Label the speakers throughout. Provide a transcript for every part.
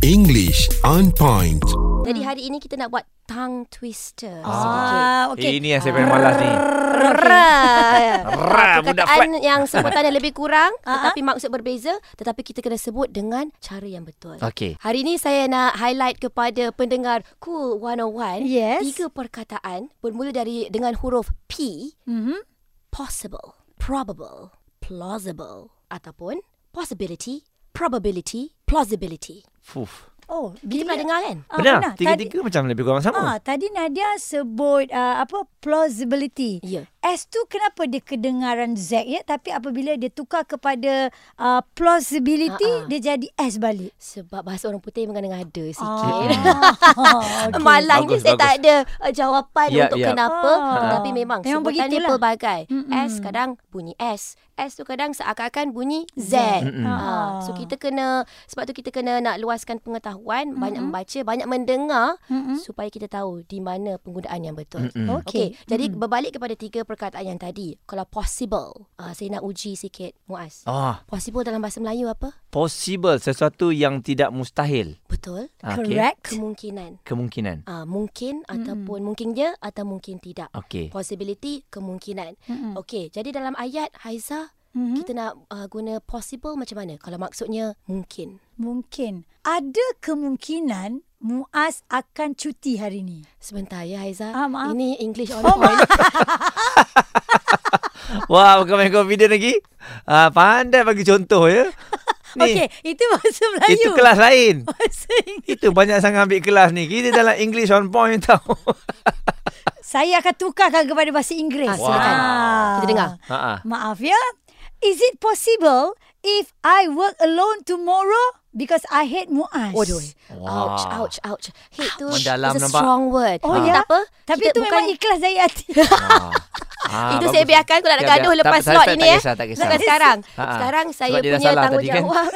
Speaker 1: English on point.
Speaker 2: Hmm.
Speaker 3: Jadi hari ini kita nak buat tongue twister.
Speaker 4: Ah,
Speaker 2: Okay.
Speaker 4: okey.
Speaker 2: Ini yang saya paling malas ni. Rah,
Speaker 3: Ra,
Speaker 2: budak flat. Uh-huh.
Speaker 3: perkataan yang sebutannya lebih kurang tetapi maksud berbeza tetapi kita kena sebut dengan cara yang betul.
Speaker 2: Okey.
Speaker 3: Hari ini saya nak highlight kepada pendengar Cool 101
Speaker 4: Yes.
Speaker 3: tiga perkataan bermula dari dengan huruf P
Speaker 4: Mhm.
Speaker 2: Mm-hmm.
Speaker 3: possible, probable, plausible ataupun possibility, probability, plausibility.
Speaker 2: Fuf.
Speaker 4: Oh,
Speaker 3: Kita
Speaker 2: ya.
Speaker 3: pernah dengar kan?
Speaker 4: Ah,
Speaker 2: Benar.
Speaker 4: pernah.
Speaker 2: Tiga-tiga macam lebih kurang
Speaker 4: Tadi, ah,
Speaker 2: sama.
Speaker 4: tadi Nadia sebut uh, apa plausibility.
Speaker 3: Ya.
Speaker 4: S tu kenapa dia kedengaran Z ya, tapi apabila dia tukar kepada uh, plausibility,
Speaker 3: Ah, ah.
Speaker 4: dia jadi S balik.
Speaker 3: Sebab bahasa orang putih mengandung ada sikit.
Speaker 4: Ah, okay.
Speaker 3: Malangnya
Speaker 2: Bagus,
Speaker 3: saya
Speaker 2: bagus.
Speaker 3: tak ada uh, jawapan
Speaker 2: Ya,
Speaker 3: untuk
Speaker 2: ya.
Speaker 3: kenapa
Speaker 4: Ah.
Speaker 3: tapi memang,
Speaker 4: Memang
Speaker 3: sebutannya
Speaker 4: begitulah.
Speaker 3: pelbagai.
Speaker 4: Mm-mm.
Speaker 3: S kadang bunyi S, S tu kadang seakan-akan bunyi Z.
Speaker 2: Mm-mm.
Speaker 3: Ah, so kita kena sebab tu kita kena nak luaskan pengetahuan, banyak membaca, banyak mendengar
Speaker 4: Mm-mm.
Speaker 3: supaya kita tahu di mana penggunaan yang betul.
Speaker 2: Mm-mm.
Speaker 3: Okey,
Speaker 4: Okey.
Speaker 3: okay, jadi berbalik kepada tiga perkataan yang tadi. Kalau possible, uh, saya nak uji sikit Muaz.
Speaker 2: Ah,
Speaker 3: Possible dalam bahasa Melayu apa?
Speaker 2: possible sesuatu yang tidak mustahil.
Speaker 3: Betul,
Speaker 2: Ah, okey.
Speaker 4: Correct.
Speaker 3: kemungkinan.
Speaker 2: Kemungkinan.
Speaker 3: Uh, mungkin mm-hmm. ataupun mungkinnya atau mungkin tidak.
Speaker 2: Okey.
Speaker 3: possibility kemungkinan.
Speaker 4: Mm-mm.
Speaker 3: Okey, jadi dalam ayat Haiza
Speaker 4: Mhm.
Speaker 3: kita nak uh, guna possible macam mana? Kalau maksudnya mungkin.
Speaker 4: Mungkin ada kemungkinan Muaz akan cuti hari ni.
Speaker 3: Sebentar ya Haiza.
Speaker 4: Ah, maaf.
Speaker 3: Ini English on point. Ah.
Speaker 2: Wah, bukan main confident lagi. Ah, pandai bagi contoh ya.
Speaker 4: Okey, itu bahasa Melayu.
Speaker 2: Itu kelas lain.
Speaker 4: Bahasa Inggeris.
Speaker 2: Itu banyak sangat ambil kelas ni. Kita dalam English on point tau.
Speaker 4: Saya akan tukarkan kepada bahasa Inggeris.
Speaker 3: Ah, silakan. Kita dengar.
Speaker 2: Ha ah.
Speaker 4: Maaf ya. Is it possible if I work alone tomorrow because I hate Muaz?
Speaker 3: Waduh.
Speaker 2: Wah.
Speaker 3: eh. Ouch, ouch, ouch. Hate tu
Speaker 2: Mendalam
Speaker 3: is a
Speaker 2: nampak.
Speaker 3: strong word.
Speaker 4: Oh,
Speaker 3: Ah.
Speaker 4: ya?
Speaker 3: Tak apa.
Speaker 4: Tapi
Speaker 3: kita
Speaker 4: itu memang ikhlas dari hati.
Speaker 2: Ah,
Speaker 3: Itu saya biarkan aku nak
Speaker 2: Biar-
Speaker 3: gaduh
Speaker 2: biar-
Speaker 3: lepas
Speaker 2: tak-
Speaker 3: slot
Speaker 2: tak-
Speaker 3: ini
Speaker 2: tak
Speaker 3: eh.
Speaker 2: kisah, tak kisah.
Speaker 3: Bukan sekarang.
Speaker 2: Ha, ha.
Speaker 3: Sekarang
Speaker 2: Sebab
Speaker 3: saya
Speaker 2: dia dah
Speaker 3: punya
Speaker 2: salah tadi kan?
Speaker 3: tanggungjawab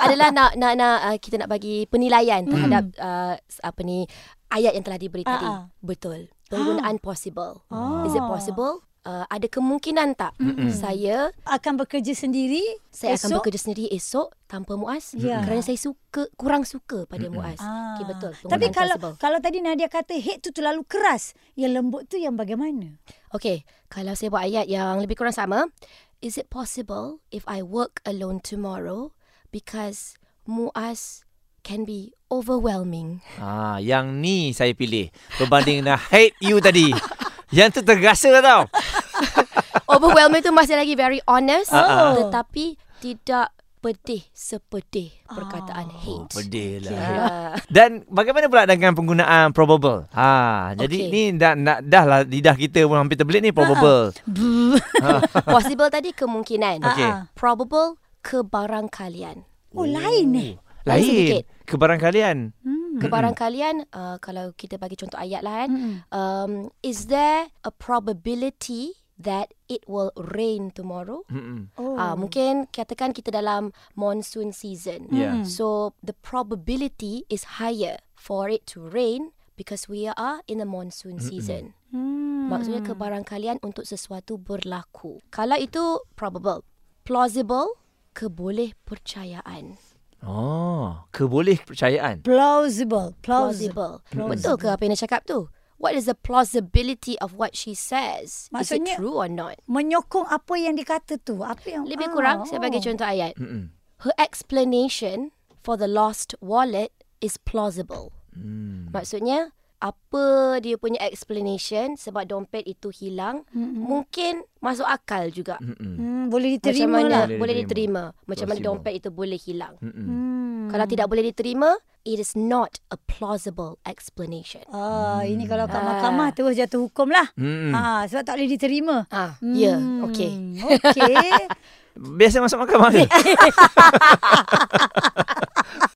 Speaker 3: adalah nak nak nak uh, kita nak bagi penilaian
Speaker 2: Hmm.
Speaker 3: terhadap uh, apa ni ayat yang telah diberi
Speaker 4: Ah,
Speaker 3: tadi.
Speaker 4: ah.
Speaker 3: Betul. Penggunaan possible.
Speaker 4: Ah.
Speaker 3: Is it possible? Uh, ada kemungkinan tak saya
Speaker 4: akan bekerja sendiri.
Speaker 3: saya
Speaker 4: esok.
Speaker 3: akan bekerja sendiri esok tanpa Muaz
Speaker 4: Ya.
Speaker 3: kerana saya suka kurang suka pada Muaz.
Speaker 4: Ah.
Speaker 3: Okey betul.
Speaker 4: Tapi
Speaker 3: penggunaan
Speaker 4: kalau
Speaker 3: possible.
Speaker 4: kalau tadi Nadia kata hate tu terlalu keras, yang lembut tu yang bagaimana?
Speaker 3: Okay, kalau saya buat ayat yang lebih kurang sama. Is it possible if I work alone tomorrow because Muaz can be overwhelming?
Speaker 2: Ah, yang ni saya pilih berbanding dengan hate you tadi. Yang tu tergasa tau.
Speaker 3: overwhelming tu masih lagi very honest
Speaker 4: ah.
Speaker 3: tetapi tidak pedih sepedih perkataan
Speaker 2: Oh,
Speaker 3: hate.
Speaker 2: pedih lah.
Speaker 3: Ah,
Speaker 2: Dan bagaimana pula dengan penggunaan probable? Ha, jadi
Speaker 3: Okey. Ha,
Speaker 2: ni dah, dah, dah lah lidah kita pun hampir terbelit ni probable.
Speaker 3: possible tadi kemungkinan.
Speaker 2: Okey.
Speaker 4: Ah, ah.
Speaker 3: Probable kebarangkalian.
Speaker 4: Oh, lain eh.
Speaker 2: Lain.
Speaker 3: Sedikit. Hmm.
Speaker 2: Kebarangkalian.
Speaker 3: Kebarangkalian uh, kalau kita bagi contoh ayat lah kan.
Speaker 4: Hmm. Mm-mm.
Speaker 3: Um, is there a probability that it will rain tomorrow?
Speaker 2: Mm-mm.
Speaker 4: Oh.
Speaker 3: Ah, mungkin katakan kita dalam monsoon season.
Speaker 4: Hmm.
Speaker 2: Yeah.
Speaker 3: So the probability is higher for it to rain because we are in the monsoon season.
Speaker 4: Hmm.
Speaker 3: Maksudnya kebarangkalian untuk sesuatu berlaku. Kalau itu probable, plausible, keboleh percayaan.
Speaker 2: Oh, keboleh percayaan.
Speaker 4: Plausible. Plausible.
Speaker 3: Plausible. Betul ke apa yang dia cakap tu? What is the plausibility of what she says? is it
Speaker 4: Maksudnya-
Speaker 3: true or not?
Speaker 4: Menyokong apa yang dikata tu. Apa yang Ah, oh.
Speaker 3: Lebih kurang, saya bagi contoh ayat.
Speaker 2: Mm-mm.
Speaker 3: Her explanation for the lost wallet is plausible.
Speaker 2: Hmm.
Speaker 3: Maksudnya apa dia punya explanation sebab dompet itu hilang mm-hmm. mungkin masuk akal juga
Speaker 2: Mm-mm.
Speaker 4: Hmm, boleh
Speaker 3: macam
Speaker 4: diterima
Speaker 3: mana
Speaker 4: lah.
Speaker 2: Boleh
Speaker 3: boleh
Speaker 2: diterima.
Speaker 3: diterima macam mana
Speaker 2: Possible.
Speaker 3: dompet itu boleh hilang
Speaker 2: Mm-mm.
Speaker 4: Hmm.
Speaker 3: kalau tidak boleh diterima it is not a plausible explanation
Speaker 4: Ah, ini kalau
Speaker 3: Ah.
Speaker 4: kat
Speaker 3: Hmm.
Speaker 4: mahkamah terus jatuh hukum lah.
Speaker 2: Mm-mm.
Speaker 4: Ah, sebab tak boleh diterima.
Speaker 3: ah ya yeah,
Speaker 4: hmm.
Speaker 3: okey
Speaker 4: Okey.
Speaker 2: Biasa masuk mahkamah ke?